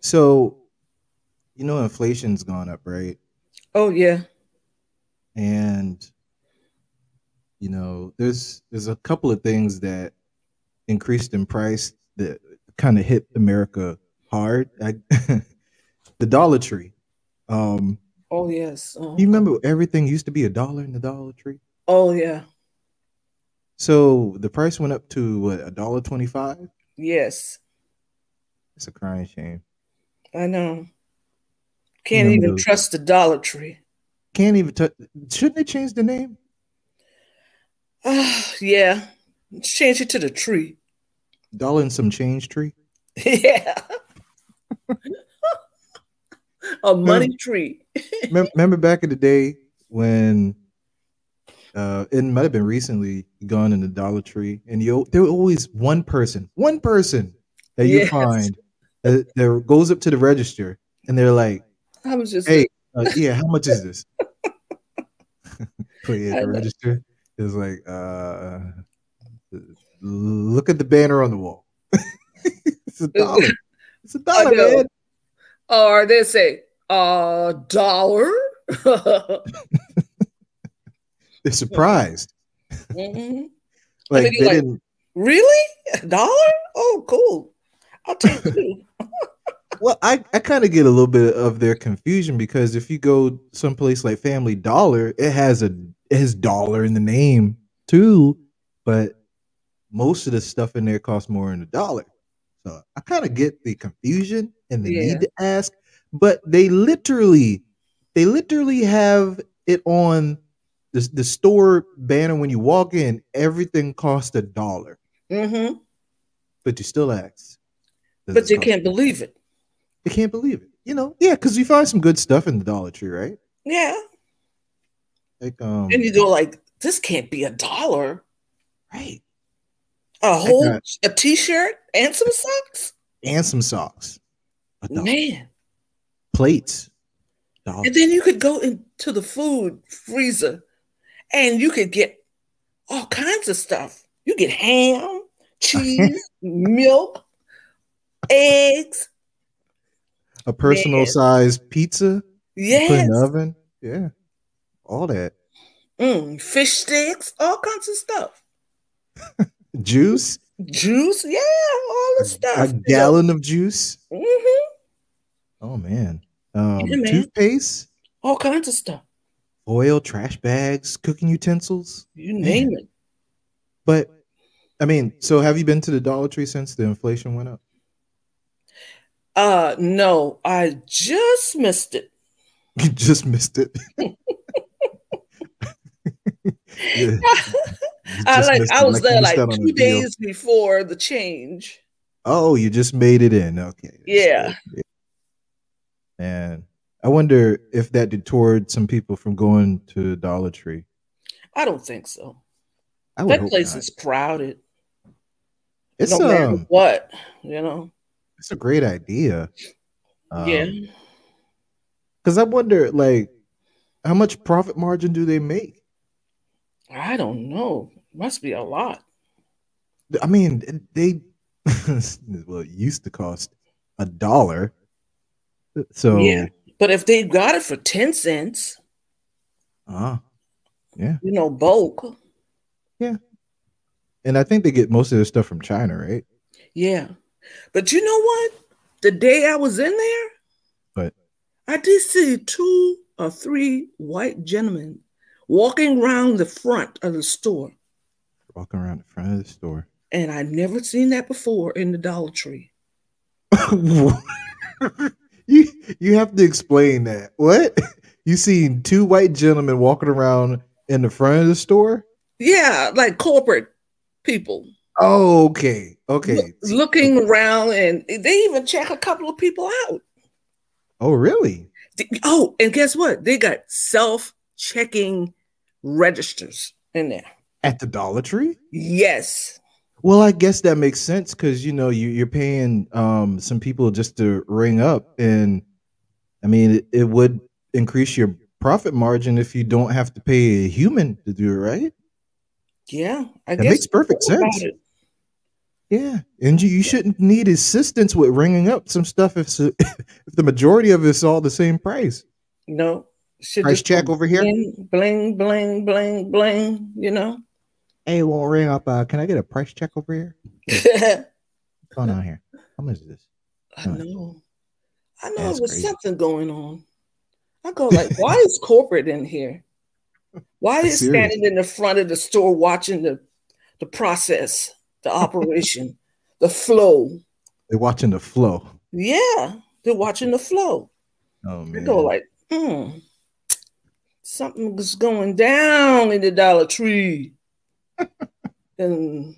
So, you know, inflation's gone up, right? Oh yeah. And you know, there's there's a couple of things that increased in price that kind of hit America hard. I, the Dollar Tree. Um, Oh yes. Oh, you remember everything used to be a dollar in the Dollar Tree? oh yeah. So the price went up to what a dollar twenty five. Yes. It's a crying shame. I know. Can't Yeah, even those- trust the Dollar Tree. Can't even. T- Shouldn't they change the name? Ah, yeah. Change it to the tree. Dollar and some change tree. yeah. A money tree. Mem- Remember back in the day when uh it might have been recently gone in the Dollar Tree, and you there were always one person, one person that you Yes. find that, that goes up to the register and they're like, I was just Hey, uh, "Yeah, how much is this?" Put it I at the know. register. It's like, uh, look at the banner on the wall. it's a dollar. It's a dollar, know. man. or they say a dollar. They're surprised. Mhm. Like think they like- didn't. Really? A dollar? Oh, cool. I'll take two. Well, I, I kind of get a little bit of their confusion because if you go someplace like Family Dollar, it has a it has dollar in the name too, but most of the stuff in there costs more than a dollar. So I kind of get the confusion and the Yeah. need to ask, but they literally they literally have it on the, the store banner when you walk in, everything costs a dollar, hmm but you still ask. does But this they cost can't believe it. I can't believe it. You know, yeah, because you find some good stuff in the Dollar Tree, right? Yeah. Like, um, And you go like, this can't be a dollar. right, A whole got- a t-shirt and some socks? and some socks, a dollar. Man. plates, dollar. And then you could go into the food freezer and you could get all kinds of stuff. You get ham, cheese, milk, eggs. a personal man. sized pizza, you put Yes. in the oven, yeah, all that Mm, fish sticks, all kinds of stuff. juice, Juice, yeah, all the stuff. a gallon of juice. hmm Oh man, um, Yeah, man. toothpaste, All kinds of stuff. oil, trash bags, cooking utensils. You name it. But I mean, so have you been to the Dollar Tree since the inflation went up? Uh no, I just missed it. You just missed it. Yeah. You I just like missed I it, was you there missed like out on two a deal. days before the change. Oh, you just made it in. Okay. that's Yeah. good. Man, I wonder if that deterred some people from going to Dollar Tree. I don't think so. I would That hope place not. is crowded. It's no matter um, what, you know. it's a great idea. yeah. Because I wonder, like, how much profit margin do they make? I don't know. Must be a lot. I mean, they well, it used to cost a dollar. So Yeah. But if they got it for 10 cents, ah, you know, bulk, and I think they get most of their stuff from China, right? yeah. But you know what? The day I was in there, What? I did see two or three white gentlemen walking around the front of the store. Walking around the front of the store. And I've never seen that before in the Dollar Tree. you you have to explain that. What? You seen two white gentlemen walking around in the front of the store? Yeah, like corporate people. Oh, okay. Okay. Loo- looking around and they even check a couple of people out. Oh, really? Th- Oh, and guess what? They got self-checking registers in there. At the Dollar Tree? Yes. Well, I guess that makes sense because you know you, you're paying um some people just to ring up, and I mean it, it would increase your profit margin if you don't have to pay a human to do it, right? Yeah, I That guess makes perfect about sense. it. Yeah, and you, you shouldn't need assistance with ringing up some stuff if, so- if the majority of it's all the same price. No. Should Price just check go over here. Bling, bling, bling, bling, bling, you know? Hey, won't ring up. Uh, can I get a price check over here? I What's going on here? How much is this? know. I know That's it was crazy. something going on. I go like, why is corporate in here? Why That's is serious. standing in the front of the store watching the the process, the operation, the flow? They're watching the flow. Yeah, they're watching the flow. Oh I man. go like, hmm, something's going down in the Dollar Tree. and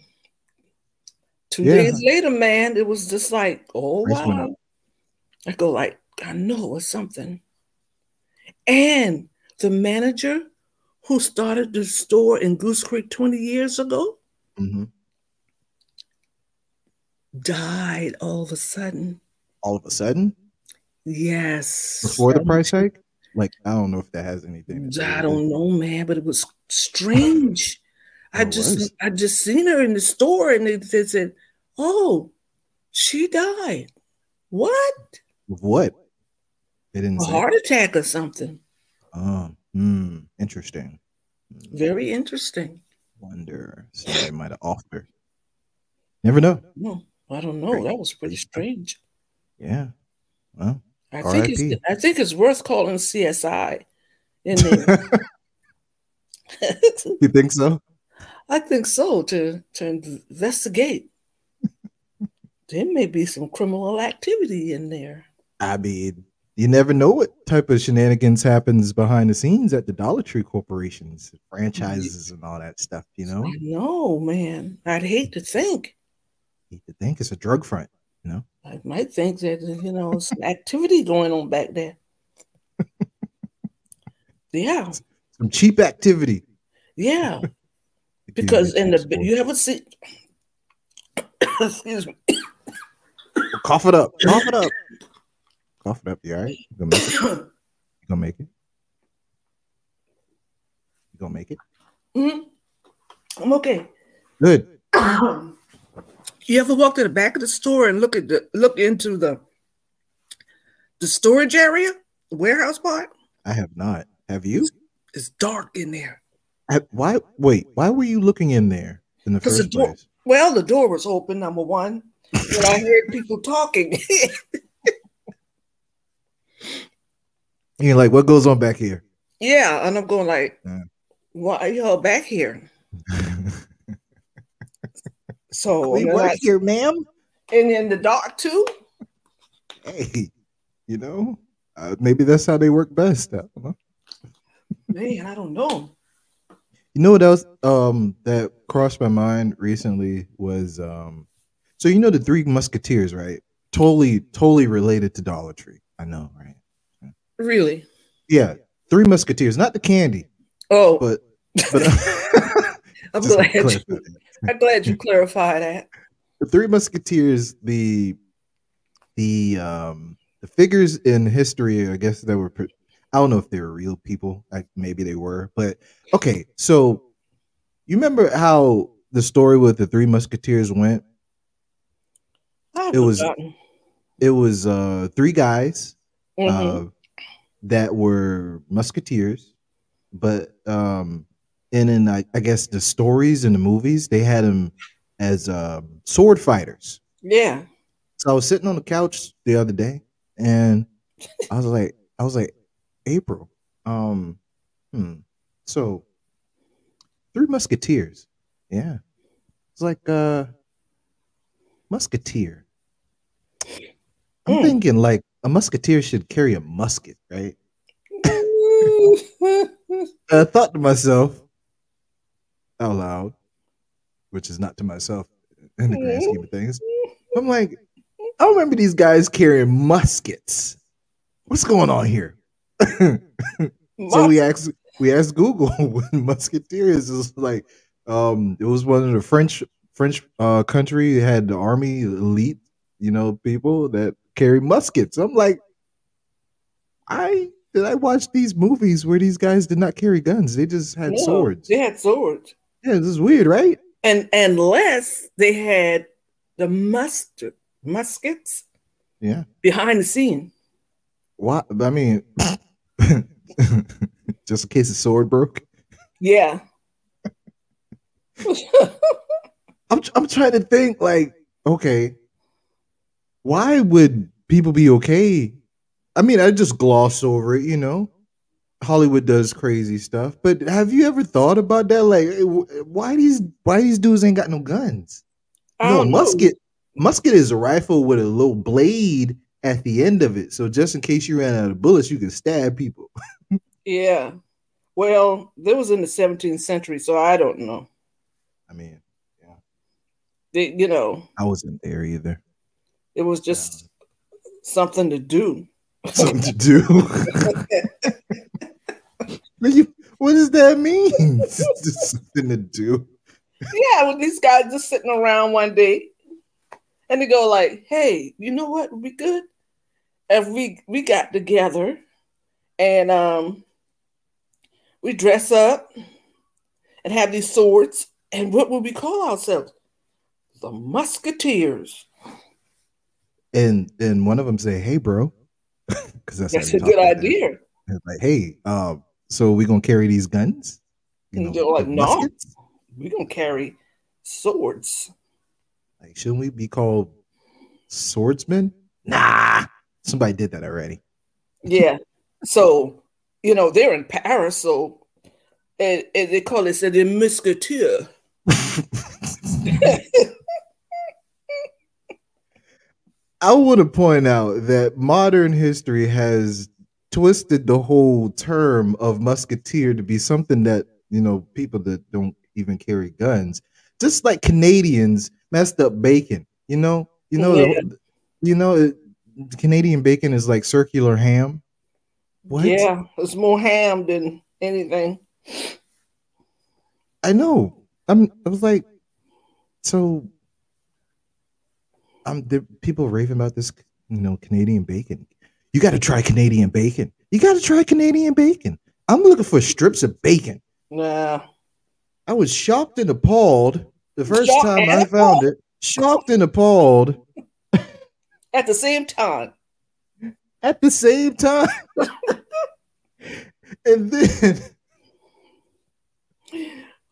two Yeah. days later, man, it was just like, oh Price went wow. I go like, I know it's something. And the manager who started the store in Goose Creek 20 years ago Mhm. died all of a sudden. all of a sudden Yes. before the price hike. Like I don't know if that has anything. To do I with don't it. know, man, but it was strange. I It just was. I just seen her in the store and they, they said, Oh, she died. What? With what? They didn't A say. heart attack or something. Oh, hmm. Interesting. Hmm, Very interesting. Wonder. So they might have offered. Never know. No, Hmm, I don't know. That was pretty strange. Yeah. Well. I think RIP. it's I think it's worth calling CSI in there. you think so? I think so to to investigate. there may be some criminal activity in there. I mean, you never know what type of shenanigans happens behind the scenes at the Dollar Tree corporations, franchises, and all that stuff. You know, I know, man. I'd hate to think. you think it's a drug front. You know. I might think that uh, you know some activity going on back there. Yeah, some cheap activity. yeah. If you Because in the use you haven't seen. excuse me. sports. cough it up, cough it up, cough it up. You all right? You gonna make it? You gonna make it? You gonna make it? Mhm. I'm okay. Good. you ever walk to the back of the store and look at the look into the the storage area, the warehouse part? I have not. Have you? It's dark in there. I- why? Wait. Why were you looking in there in the 'Cause the first door- place? Well, the door was open, number one. But I heard people talking. You're like, what goes on back here? yeah, and I'm going like, Yeah. why are y'all back here? So we and then work I- Oh, here, ma'am. and in the dark too. Hey, you know, uh, maybe that's how they work best. I don't know. Man, I don't know. You know what else um that crossed my mind recently was um so you know the three musketeers, right? Totally, totally related to Dollar Tree. I know, right? Really? Yeah. Three musketeers, not the candy, Oh, but but I'm Just glad. to clarify You, that. I'm glad you clarified that. the three musketeers, the the um the figures in history, I guess that were pre- I don't know if they were real people. Like maybe they were, but okay, so you remember how the story with the three musketeers went? I've It was- forgotten. it was uh three guys Mhm. uh, that were musketeers but um and in I, I guess the stories and the movies they had them as um sword fighters yeah. so i was sitting on the couch the other day and i was like i was like april um hmm so three musketeers yeah it's like uh musketeer i'm Hmm. thinking like a musketeer should carry a musket right i thought to myself out loud which is not to myself in the grand scheme of things i'm like i don't remember these guys carrying muskets what's going on here so we asked we asked Google what musketeer is. It was like um it was one of the French French uh country it had the army elite, you know, people that carry muskets. I'm like, I did I watch these movies where these guys did not carry guns, they just had No, swords. They had swords. Yeah, this is weird, right? And unless they had the mustard muskets Yeah. behind the scene. Why? I mean, just in case his sword broke. Yeah. I'm I'm trying to think like, okay, why would people be okay? I mean, I just gloss over it, you know. Hollywood does crazy stuff, but have you ever thought about that? Like, eh, wh- why these why these dudes ain't got no guns? I no don't know. musket. Musket is a rifle with a little blade at the end of it, so just in case you ran out of bullets, you can stab people. Yeah. Well, that was in the 17th century, so I don't know. I mean, They, you know, I wasn't there either. it was just something to do. Something to do. Like, you- what does that mean? It's just something to do. yeah, with these guys just sitting around one day, and they go like, "Hey, you know what? We good if we we got together, and um, we dress up and have these swords, and what would we call ourselves? The Musketeers. And and one of them say, "Hey, bro," because that's, how That's they a talk good like that. idea. It's Like, hey, uh, so we gonna carry these guns? And they're like, the "No." muskets? We gonna carry swords. Like, shouldn't we be called swordsmen? Nah, somebody did that already. Yeah. so you know they're in Paris, so and, and they call it the Musketeer. I want to point out that modern history has twisted the whole term of musketeer to be something that, you know, people that don't even carry guns, just like Canadians messed up bacon, you know, you know, the- Yeah. you know, it, Canadian bacon is like circular ham. What? Yeah, it's more ham than anything. I know. I'm. I was like, so. I'm there, people raving about this, you know, Canadian bacon. You got to try Canadian bacon. You got to try Canadian bacon. I'm looking for strips of bacon. Nah. I was shocked and appalled the first Shocked time and I found it. Shocked and appalled At the same time, at the same time. and then,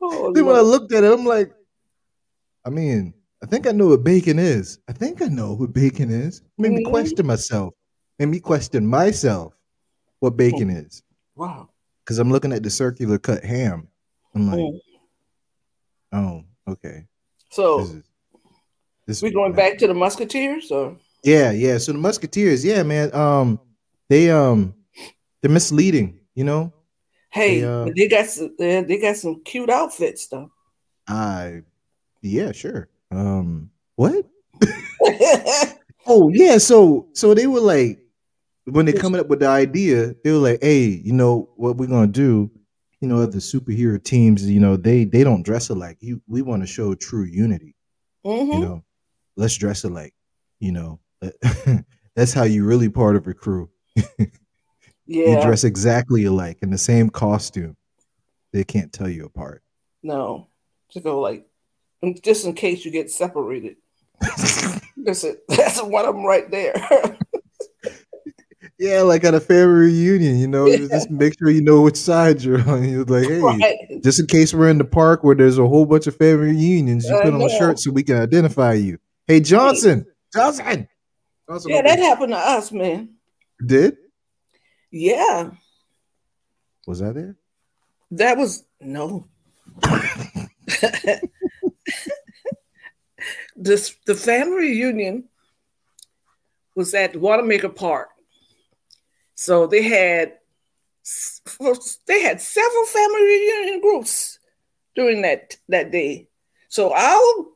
oh, then when I Lord. looked at it, I'm like, I mean, I think I know what bacon is. I think I know what bacon is. Made me Mhm. question myself. Made me question myself what bacon is. wow. Because I'm looking at the circular cut ham. I'm like, Mm. oh, okay. This So is this we're going back to the Musketeers, or Yeah, yeah. So the Musketeers, yeah, man. Um, they um they're misleading, you know. hey, They, uh, but they got some, they, they got some cute outfits though. I yeah, sure. Um what? Mm-hmm. Oh yeah, so so they were like when they Yes. coming up with the idea, they were like, "Hey, you know what we're gonna do? You know, the superhero teams, you know, they they don't dress alike. You, we want to show true unity. You Mhm. know, let's dress alike. You know, that's how you really part of a crew. You Yeah, dress exactly alike in the same costume. They can't tell you apart. no, to go like and just in case you get separated. That's it. That's one of them right there. yeah, like at a family reunion, you know, just make sure you know which side you're on. You're like, hey, right. just in case we're in the park where there's a whole bunch of family reunions, you I put on a know. shirt so we can identify you. Hey, Johnson, Johnson, Johnson Yeah, over that here. happened to us, man. did. Yeah, Was I there? that was no. this the family reunion was at Watermaker Park. So they had s- they had several family reunion groups during that that day. So our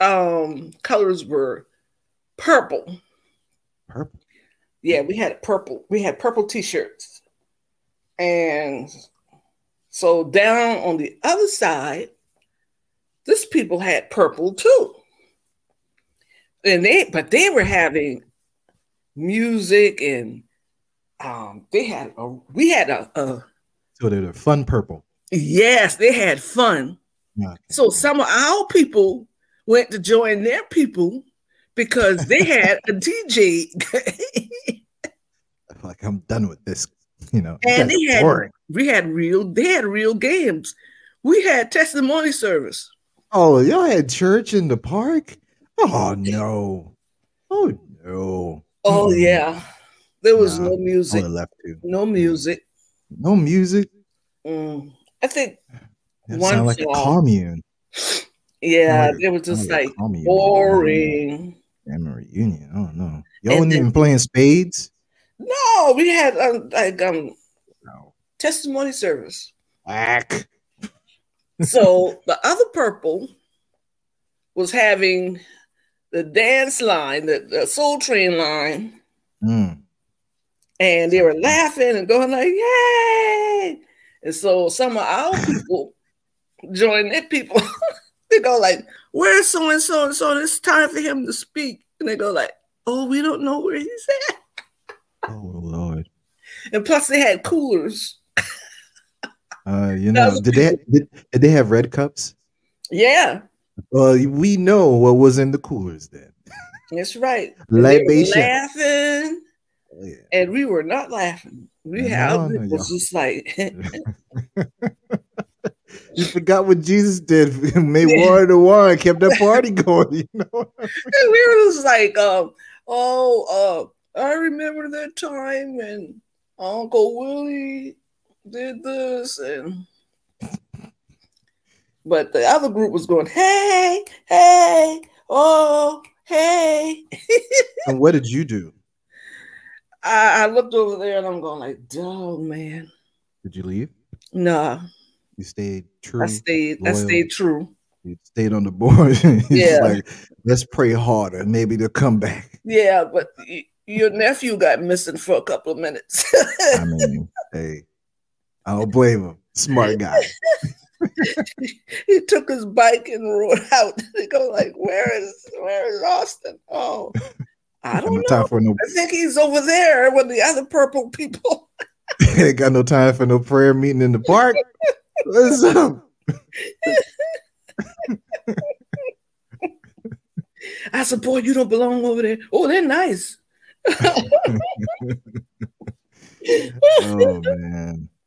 um, colors were purple. Purple. Yeah, we had purple. We had purple t-shirts. And so down on the other side, this people had purple too. And they but they were having music and um they had a we had a, a So they're the fun purple. yes, they had fun. Yeah. So some of our people went to join their people because they had a DJ Like I'm done with this. You know, And that's they had- boring. we had real they had real games we had testimony service Oh, y'all had church in the park? Oh no. Oh no. oh Mhm. yeah there was Nah, no I music would have left too. no music No music. Mm. i think That One sounded like a song. commune. yeah Sound it was just Sounded a like commune. boring Damn, a reunion. I don't know. Y'all And wasn't then- even playing spades. no we had um, like um No. testimony service Whack. so the other purple was having the dance line the, the soul train line Mm. and they were laughing and going like, "Yay!" And so some of our people join their people. they go like, "Where's so and so and so? It's time for him to speak." And they go like, "Oh, we don't know where he's at." Oh Lord. And plus, they had coolers. Uh, you know, Those did they did, did they have red cups? Yeah, Well, we know what was in the coolers then. that's right. And they were Libation. Oh, laughing, Yeah. and we were not laughing. We had No, our no, people was y'all. just like, You forgot what Jesus did. Made Yeah. water to wine, kept that party going. You know, And we were just like, um, oh, uh, I remember that time and Uncle Willie did this and but the other group was going, hey, hey, oh, hey. and what did you do? I, I looked over there and I'm going like, dog man. Did you leave? Nah, You stayed true. I stayed, I loyal. stayed true. you stayed on the board. It's Yeah. like, let's pray harder. Maybe they'll come back. Yeah, but y- your nephew got missing for a couple of minutes. I mean, hey, I don't blame him. Smart guy. he took his bike and rode out. They go like, "Where is where is Austin?" Oh, I Got don't no know. time for no. I think he's over there with the other purple people. Ain't got no time for no prayer meeting in the park. What's up? I said, "Boy, you don't belong over there." Oh, they're nice. Oh man.